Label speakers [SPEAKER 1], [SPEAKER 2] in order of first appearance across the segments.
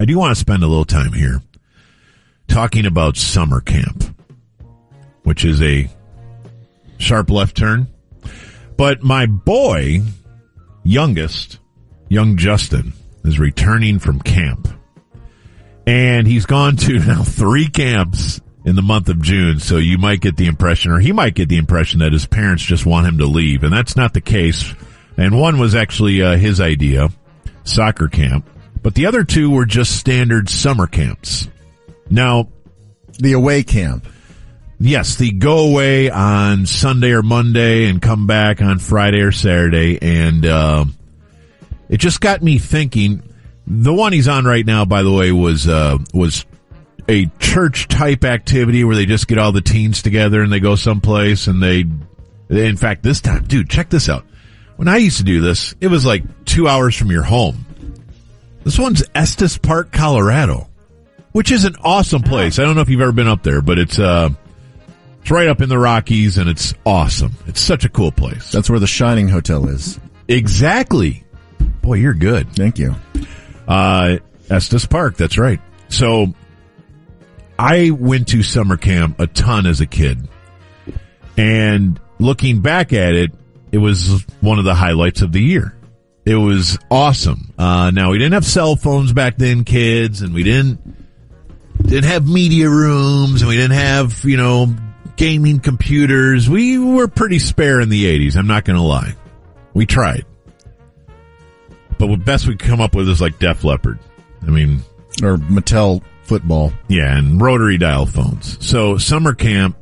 [SPEAKER 1] do want to spend a little time here talking about summer camp, which is a sharp left turn. But my boy, youngest, young Justin, is returning from camp. And he's gone to now three camps in the month of June. So you might get the impression, or he might get the impression that his parents just want him to leave. And that's not the case. And one was actually uh, his idea, soccer camp. But the other two were just standard summer camps. Now,
[SPEAKER 2] The away camp.
[SPEAKER 1] Yes, the go away on Sunday or Monday and come back on Friday or Saturday. And uh, it just got me thinking. The one he's on right now, by the way, was uh, was a church type activity where they just get all the teens together and they go someplace and they, they. In fact, this time, dude, check this out. When I used to do this, it was like two hours from your home. This one's Estes Park, Colorado, which is an awesome place. I don't know if you've ever been up there, but it's uh, it's right up in the Rockies and it's awesome. It's such a cool place.
[SPEAKER 2] That's where the Shining Hotel is.
[SPEAKER 1] Exactly. Boy, you're good.
[SPEAKER 2] Thank you.
[SPEAKER 1] Uh, Estes Park. That's right. So I went to summer camp a ton as a kid and looking back at it, it was one of the highlights of the year. It was awesome. Uh, now we didn't have cell phones back then, kids, and we didn't, didn't have media rooms and we didn't have, you know, gaming computers. We were pretty spare in the eighties. I'm not going to lie. We tried, but the best we could come up with is like Def Leopard. I mean,
[SPEAKER 2] Or Mattel football.
[SPEAKER 1] yeah, and rotary dial phones. So summer camp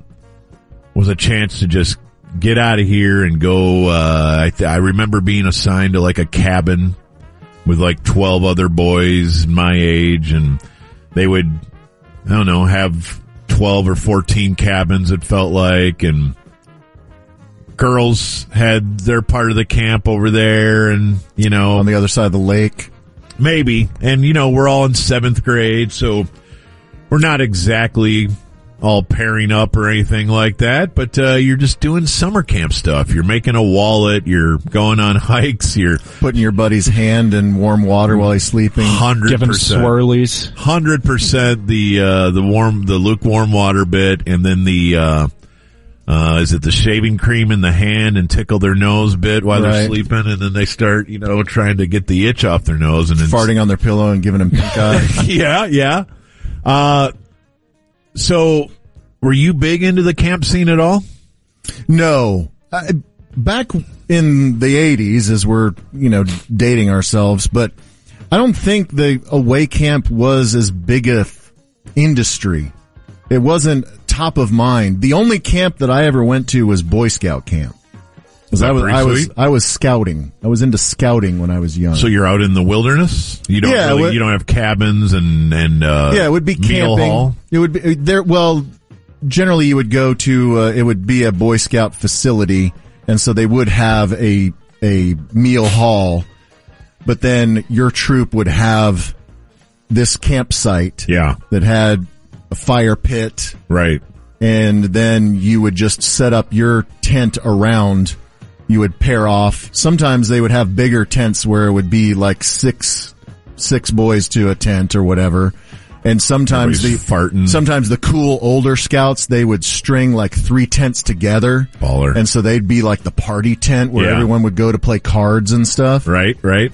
[SPEAKER 1] was a chance to just get out of here and go. Uh, I, th- I remember being assigned to like a cabin with like 12 other boys my age and they would, I don't know, have 12 or 14 cabins it felt like and girls had their part of the camp over there and you know
[SPEAKER 2] On the other side of the lake.
[SPEAKER 1] Maybe. And, you know, we're all in seventh grade, so we're not exactly all pairing up or anything like that, but uh, you're just doing summer camp stuff. You're making a wallet, you're going on hikes, you're
[SPEAKER 2] Putting your buddy's hand in warm water while he's sleeping.
[SPEAKER 1] 100%.
[SPEAKER 3] Give him swirlies.
[SPEAKER 1] hundred percent the uh, the warm the lukewarm water bit, and then the uh, uh, is it the shaving cream in the hand and tickle their nose bit while they're
[SPEAKER 2] Right.
[SPEAKER 1] sleeping, and then they start you know trying to get the itch off their nose and then
[SPEAKER 2] Farting on their pillow and giving him pink eye.
[SPEAKER 1] yeah, yeah. Uh, so were you big into the camp scene at all?
[SPEAKER 2] No. I, back in the 80s as we're, you know, dating ourselves, but I don't think the away camp was as big a th- industry. It wasn't top of mind. The only camp that I ever went to was Boy Scout camp. 'Cause I was,
[SPEAKER 1] pretty
[SPEAKER 2] I was,
[SPEAKER 1] sweet?
[SPEAKER 2] I was scouting. I was into scouting when I was young.
[SPEAKER 1] So you're out in the wilderness. You don't
[SPEAKER 2] Yeah,
[SPEAKER 1] really,
[SPEAKER 2] what-
[SPEAKER 1] you don't have cabins and and uh,
[SPEAKER 2] yeah, it would be
[SPEAKER 1] meal
[SPEAKER 2] camping.
[SPEAKER 1] hall.
[SPEAKER 2] It would be uh, there. Well, generally you would go to uh, it would be a Boy Scout facility, and so they would have a a meal hall, but then your troop would have this campsite
[SPEAKER 1] Yeah,
[SPEAKER 2] that had a fire pit,
[SPEAKER 1] right.
[SPEAKER 2] and then you would just set up your tent around. You would pair off. Sometimes they would have bigger tents where it would be like six, six boys to a tent or whatever. And sometimes
[SPEAKER 1] Everybody's
[SPEAKER 2] the
[SPEAKER 1] farting.
[SPEAKER 2] sometimes the cool older scouts they would string like three tents together,
[SPEAKER 1] Baller.
[SPEAKER 2] and so they'd be like the party tent where
[SPEAKER 1] Yeah.
[SPEAKER 2] everyone would go to play cards and stuff.
[SPEAKER 1] Right, right.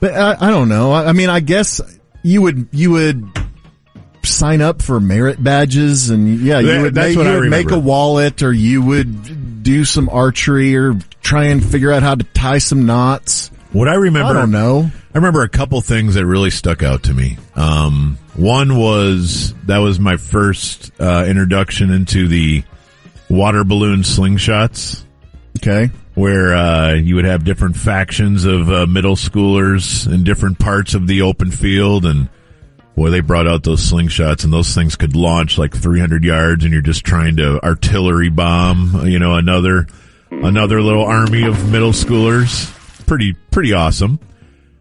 [SPEAKER 2] But I, I don't know. I, I mean, I guess you would you would sign up for merit badges, and yeah, you
[SPEAKER 1] Yeah,
[SPEAKER 2] would,
[SPEAKER 1] that's
[SPEAKER 2] make,
[SPEAKER 1] what
[SPEAKER 2] you
[SPEAKER 1] I
[SPEAKER 2] would make
[SPEAKER 1] remember.
[SPEAKER 2] a wallet, or you would do some archery, or try and figure out how to tie some knots.
[SPEAKER 1] What I remember,
[SPEAKER 2] I don't know.
[SPEAKER 1] I remember a couple things that really stuck out to me. Um, one was that was my first uh, introduction into the water balloon slingshots.
[SPEAKER 2] Okay,
[SPEAKER 1] where uh, you would have different factions of uh, middle schoolers in different parts of the open field and boy they brought out those slingshots and those things could launch like 300 yards and you're just trying to artillery bomb you know another another little army of middle schoolers pretty pretty awesome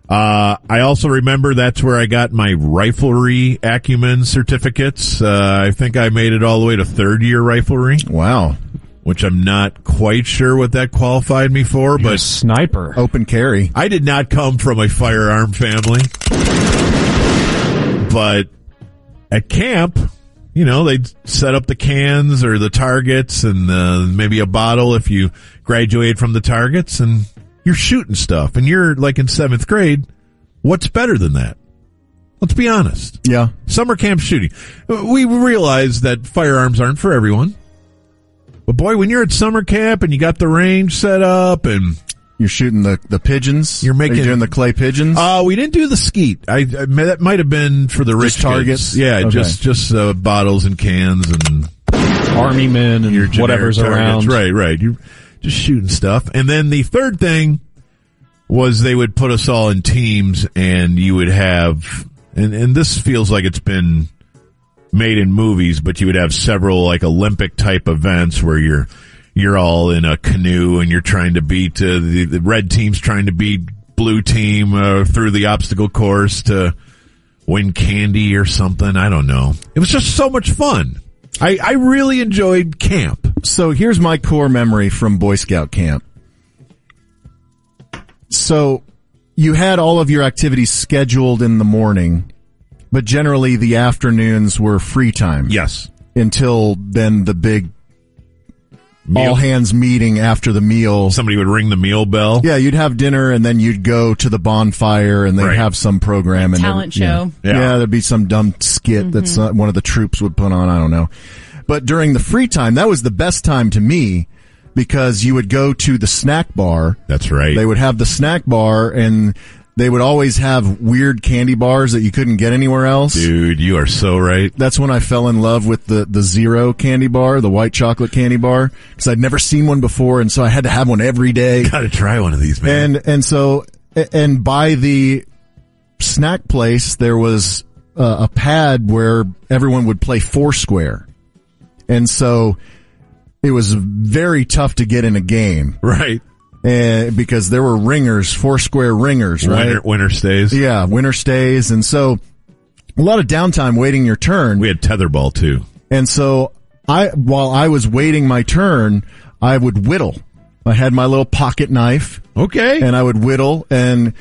[SPEAKER 1] uh, I also remember that's where I got my riflery acumen certificates. Uh, I think I made it all the way to third year riflery
[SPEAKER 2] wow,
[SPEAKER 1] which I'm not quite sure what that qualified me for,
[SPEAKER 3] You're a
[SPEAKER 1] but
[SPEAKER 3] sniper.
[SPEAKER 2] open carry.
[SPEAKER 1] I did not come from a firearm family. But at camp, you know, they'd set up the cans or the targets and uh, maybe a bottle if you graduated from the targets and you're shooting stuff and you're like in seventh grade. What's better than that? Let's be honest.
[SPEAKER 2] Yeah.
[SPEAKER 1] Summer camp shooting. We realize that firearms aren't for everyone. But boy, when you're at summer camp and you got the range set up and
[SPEAKER 2] You're shooting the, the pigeons.
[SPEAKER 1] You're
[SPEAKER 2] Are you
[SPEAKER 1] making-
[SPEAKER 2] doing the clay pigeons.
[SPEAKER 1] uh, we didn't do the skeet. I, I that might have been for the rich
[SPEAKER 2] Just targets?
[SPEAKER 1] kids. Yeah,
[SPEAKER 2] Okay.
[SPEAKER 1] just just uh, bottles and cans and
[SPEAKER 2] Oh.
[SPEAKER 3] Army men and
[SPEAKER 1] your generic
[SPEAKER 3] whatever's
[SPEAKER 1] targets.
[SPEAKER 3] around.
[SPEAKER 1] Right, right. You're just shooting stuff. And then the third thing was they would put us all in teams and you would have, and, and this feels like it's been made in movies, but you would have several like Olympic type events where you're, you're all in a canoe and you're trying to beat uh, the, the red team's trying to beat blue team uh, through the obstacle course to win candy or something. I don't know. It was just so much fun. I, I really enjoyed camp.
[SPEAKER 2] so here's my core memory from Boy Scout camp. So you had all of your activities scheduled in the morning, but generally the afternoons were free time.
[SPEAKER 1] Yes.
[SPEAKER 2] Until then, the big all
[SPEAKER 1] Meal.
[SPEAKER 2] hands meeting after the meal.
[SPEAKER 1] Somebody would ring the meal bell.
[SPEAKER 2] Yeah, you'd have dinner and then you'd go to the bonfire and they'd
[SPEAKER 1] Right.
[SPEAKER 2] have some program and
[SPEAKER 4] Talent
[SPEAKER 2] every- yeah.
[SPEAKER 4] show. Mm-hmm.
[SPEAKER 1] Yeah.
[SPEAKER 2] Yeah. there'd be some dumb skit that some, one of the troops would put on. I don't know. But during the free time, that was the best time to me because you would go to the snack bar.
[SPEAKER 1] That's right.
[SPEAKER 2] They would have the snack bar and they would always have weird candy bars that you couldn't get anywhere else.
[SPEAKER 1] Dude, you are so right.
[SPEAKER 2] That's when I fell in love with the, the zero candy bar, the white chocolate candy bar, because I'd never seen one before. And so I had to have one every day.
[SPEAKER 1] Gotta try one of these, man.
[SPEAKER 2] and and so and by the snack place there was uh, a pad where everyone would play foursquare and so it was very tough to get in a game
[SPEAKER 1] right.
[SPEAKER 2] uh, because there were ringers foursquare ringers right
[SPEAKER 1] Winter, winter stays.
[SPEAKER 2] yeah winter stays and so a lot of downtime waiting your turn
[SPEAKER 1] We had tetherball too.
[SPEAKER 2] and so I, while I was waiting my turn, I would whittle. I had my little pocket knife
[SPEAKER 1] Okay.
[SPEAKER 2] and I would whittle. And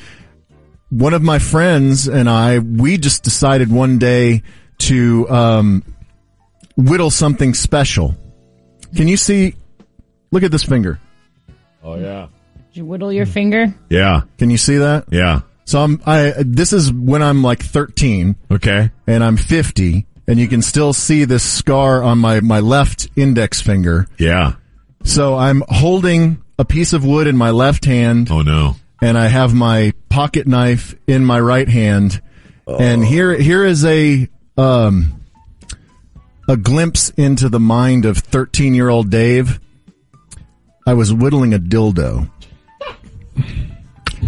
[SPEAKER 2] one of my friends and I, we just decided one day to um, whittle something special. Can you see? Look at this finger.
[SPEAKER 1] oh yeah.
[SPEAKER 4] Did you whittle your finger?
[SPEAKER 1] Yeah.
[SPEAKER 2] Can you see that?
[SPEAKER 1] Yeah.
[SPEAKER 2] So I'm. I this is when I'm like 13
[SPEAKER 1] Okay.
[SPEAKER 2] and I'm 50, and you can still see this scar on my my left index finger.
[SPEAKER 1] Yeah.
[SPEAKER 2] So I'm holding a piece of wood in my left hand.
[SPEAKER 1] Oh no.
[SPEAKER 2] and I have my pocket knife in my right hand. And here, here is a um, a glimpse into the mind of thirteen-year-old Dave. I was whittling a dildo,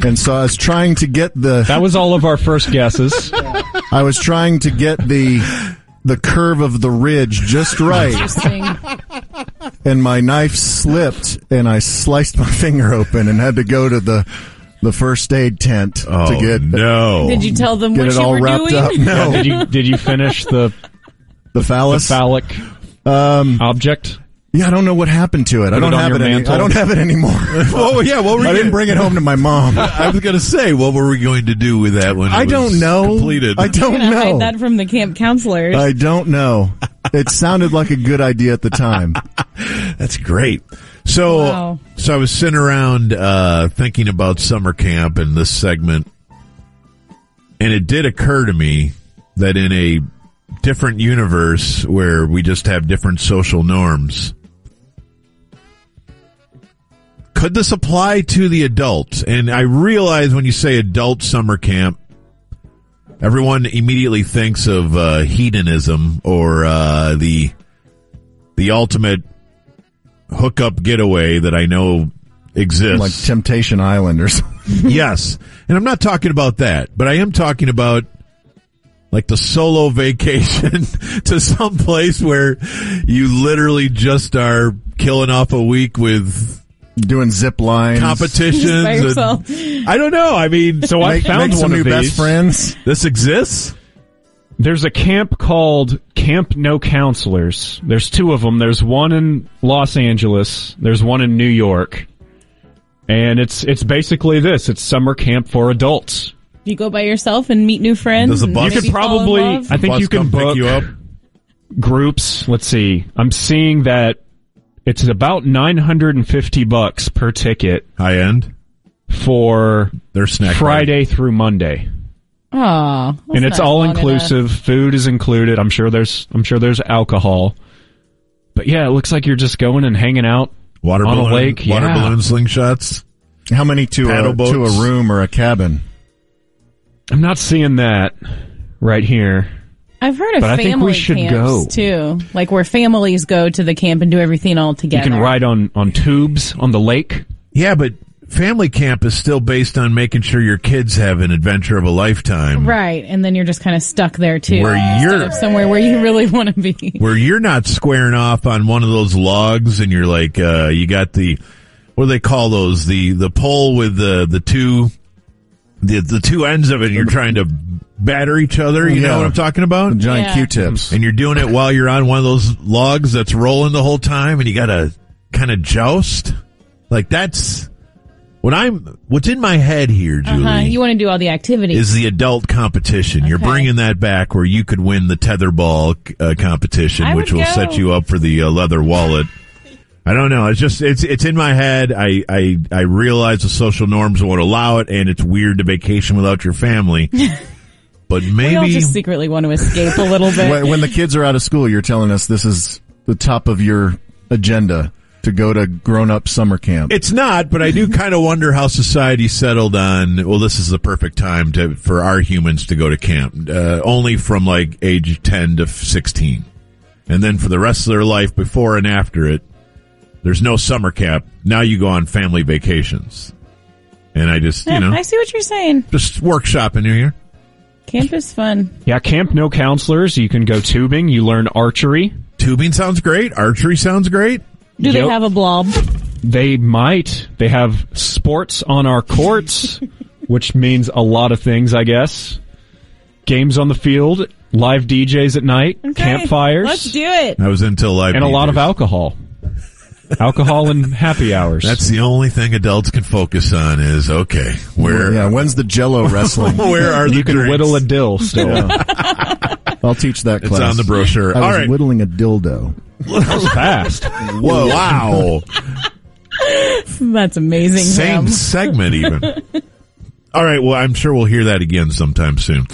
[SPEAKER 2] and so I was trying to get the
[SPEAKER 3] That was all of our first guesses.
[SPEAKER 2] I was trying to get the the curve of the ridge just right,
[SPEAKER 4] Interesting.
[SPEAKER 2] and my knife slipped, and I sliced my finger open, and had to go to the the first aid tent
[SPEAKER 1] Oh
[SPEAKER 2] to get
[SPEAKER 1] no.
[SPEAKER 4] Did you tell them
[SPEAKER 2] get
[SPEAKER 4] what
[SPEAKER 2] it
[SPEAKER 4] you
[SPEAKER 2] all
[SPEAKER 4] were
[SPEAKER 2] wrapped
[SPEAKER 4] doing?
[SPEAKER 2] up. No,
[SPEAKER 3] Uh, did you did you finish the
[SPEAKER 2] the phallus.
[SPEAKER 3] phallic
[SPEAKER 2] Um,
[SPEAKER 3] object?
[SPEAKER 2] yeah, I don't know what happened to it. I
[SPEAKER 3] Put it
[SPEAKER 2] don't
[SPEAKER 3] on
[SPEAKER 2] have
[SPEAKER 3] your
[SPEAKER 2] it. Any-
[SPEAKER 3] mantle.
[SPEAKER 2] I don't have it anymore. I
[SPEAKER 1] oh yeah. What were you?
[SPEAKER 2] didn't bring it home to my mom.
[SPEAKER 1] I was gonna say, what were we going to do with that when it
[SPEAKER 2] I
[SPEAKER 1] was
[SPEAKER 2] don't know.
[SPEAKER 1] Completed.
[SPEAKER 2] I don't
[SPEAKER 4] Gonna hide that
[SPEAKER 2] know.
[SPEAKER 4] from the camp counselors.
[SPEAKER 2] I don't know. It sounded like a good idea at the time.
[SPEAKER 1] That's great. So,
[SPEAKER 4] Wow.
[SPEAKER 1] so I was sitting around uh, thinking about summer camp and this segment, and it did occur to me that in a different universe where we just have different social norms, could this apply to the adults? And I realize when you say adult summer camp, everyone immediately thinks of uh, hedonism or uh, the the ultimate hookup getaway that I know exists.
[SPEAKER 2] Like Temptation Island or something.
[SPEAKER 1] yes. And I'm not talking about that, but I am talking about like the solo vacation to some place where you literally just are killing off a week with
[SPEAKER 2] Doing zip lines.
[SPEAKER 1] competitions.
[SPEAKER 4] Just by
[SPEAKER 1] and-
[SPEAKER 4] yourself.
[SPEAKER 1] I don't know. I mean,
[SPEAKER 3] So I
[SPEAKER 2] Make,
[SPEAKER 3] found
[SPEAKER 2] make
[SPEAKER 3] one
[SPEAKER 2] some new
[SPEAKER 3] of these.
[SPEAKER 2] best friends.
[SPEAKER 1] this exists.
[SPEAKER 3] There's a camp called Camp No Counselors. There's two of them. There's one in Los Angeles. There's one in New York. And it's it's basically this. It's summer camp for adults.
[SPEAKER 4] You go by yourself and meet new friends.
[SPEAKER 1] Does the
[SPEAKER 4] and
[SPEAKER 1] bus-
[SPEAKER 4] maybe
[SPEAKER 1] You could
[SPEAKER 4] fall in
[SPEAKER 3] probably-
[SPEAKER 4] love?
[SPEAKER 3] I think
[SPEAKER 1] Bus
[SPEAKER 3] you can
[SPEAKER 1] come pick
[SPEAKER 3] book-
[SPEAKER 1] you up.
[SPEAKER 3] groups. Let's see. I'm seeing that it's about 950 bucks per ticket
[SPEAKER 1] High end.
[SPEAKER 3] for
[SPEAKER 1] Their snack
[SPEAKER 3] Friday through Monday.
[SPEAKER 4] Aw, that's
[SPEAKER 3] and it's
[SPEAKER 4] not
[SPEAKER 3] all
[SPEAKER 4] long enough.
[SPEAKER 3] inclusive. Food is included. I'm sure there's I'm sure there's alcohol. But yeah, it looks like you're just going and hanging out.
[SPEAKER 1] water
[SPEAKER 3] On a
[SPEAKER 1] balloon,
[SPEAKER 3] lake,
[SPEAKER 1] water
[SPEAKER 3] yeah.
[SPEAKER 1] balloon slingshots.
[SPEAKER 2] How many to
[SPEAKER 1] Paddle
[SPEAKER 2] a, to
[SPEAKER 1] boats.
[SPEAKER 2] a room or a cabin?
[SPEAKER 3] I'm not seeing that right here.
[SPEAKER 4] I've heard of
[SPEAKER 3] But I
[SPEAKER 4] family
[SPEAKER 3] think we should
[SPEAKER 4] camps
[SPEAKER 3] go.
[SPEAKER 4] too, like where families go to the camp and do everything all
[SPEAKER 3] You
[SPEAKER 4] together.
[SPEAKER 3] can ride on on tubes on the lake.
[SPEAKER 1] Yeah, but family camp is still based on making sure your kids have an adventure of a lifetime.
[SPEAKER 4] right, and then you're just kind of stuck there too.
[SPEAKER 1] Where
[SPEAKER 4] Instead
[SPEAKER 1] you're-
[SPEAKER 4] of somewhere where you really want to be.
[SPEAKER 1] Where you're not squaring off on one of those logs and you're like, uh, you got the, what do they call those? The, the pole with the, the two, the, the two ends of it. and You're trying to batter each other. You know
[SPEAKER 2] Yeah.
[SPEAKER 1] what I'm talking about?
[SPEAKER 2] The giant
[SPEAKER 4] Yeah.
[SPEAKER 2] Q-tips.
[SPEAKER 1] and you're doing it while you're on one of those logs that's rolling the whole time and you gotta kind of joust like that's what i'm what's in my head here julie
[SPEAKER 4] Uh-huh. You want to do all the activities.
[SPEAKER 1] is the adult competition you're
[SPEAKER 4] Okay.
[SPEAKER 1] bringing that back where you could win the tetherball uh, competition
[SPEAKER 4] I
[SPEAKER 1] which will
[SPEAKER 4] would go.
[SPEAKER 1] set you up for the uh, leather wallet i don't know it's just it's it's in my head i i i realize the social norms won't allow it and it's weird to vacation without your family but
[SPEAKER 4] we all
[SPEAKER 1] maybe
[SPEAKER 4] just secretly want to escape a little
[SPEAKER 3] Hmm.
[SPEAKER 4] bit.
[SPEAKER 2] When, when the kids are out of school, you're telling us this is the top of your agenda to go to grown-up summer camp.
[SPEAKER 1] It's not, but I do kind of wonder how society settled on. Well, this is the perfect time to for our humans to go to camp, uh, only from like age ten to sixteen, and then for the rest of their life before and after it, there's no summer camp. Now you go on family vacations, and I just you
[SPEAKER 4] Yeah,
[SPEAKER 1] know
[SPEAKER 4] I see what you're saying.
[SPEAKER 1] just workshop in here.
[SPEAKER 4] Camp is fun.
[SPEAKER 3] Yeah, camp no counselors. You can go tubing. You learn archery.
[SPEAKER 1] Tubing sounds great. Archery sounds great.
[SPEAKER 4] Do they
[SPEAKER 3] Yep.
[SPEAKER 4] have a blob?
[SPEAKER 3] They might. They have sports on our courts, which means a lot of things, I guess. Games on the field, live DJs at night, campfires,
[SPEAKER 4] Let's do it.
[SPEAKER 1] I was into live
[SPEAKER 3] and a lot of
[SPEAKER 1] DJs.
[SPEAKER 3] alcohol. alcohol and happy hours.
[SPEAKER 1] That's the only thing adults can focus on is okay. Where
[SPEAKER 2] yeah, when's the Jello wrestling?
[SPEAKER 1] where are the
[SPEAKER 3] you can
[SPEAKER 1] drinks?
[SPEAKER 3] whittle a dill still.
[SPEAKER 2] I'll teach that
[SPEAKER 1] It's
[SPEAKER 2] class.
[SPEAKER 1] on the brochure.
[SPEAKER 2] I
[SPEAKER 1] All
[SPEAKER 2] was
[SPEAKER 1] right.
[SPEAKER 2] whittling a dildo.
[SPEAKER 3] Fast.
[SPEAKER 1] Whoa! Wow!
[SPEAKER 4] That's amazing.
[SPEAKER 1] Same
[SPEAKER 4] Sam.
[SPEAKER 1] segment, even. All right. Well, I'm sure we'll hear that again sometime soon.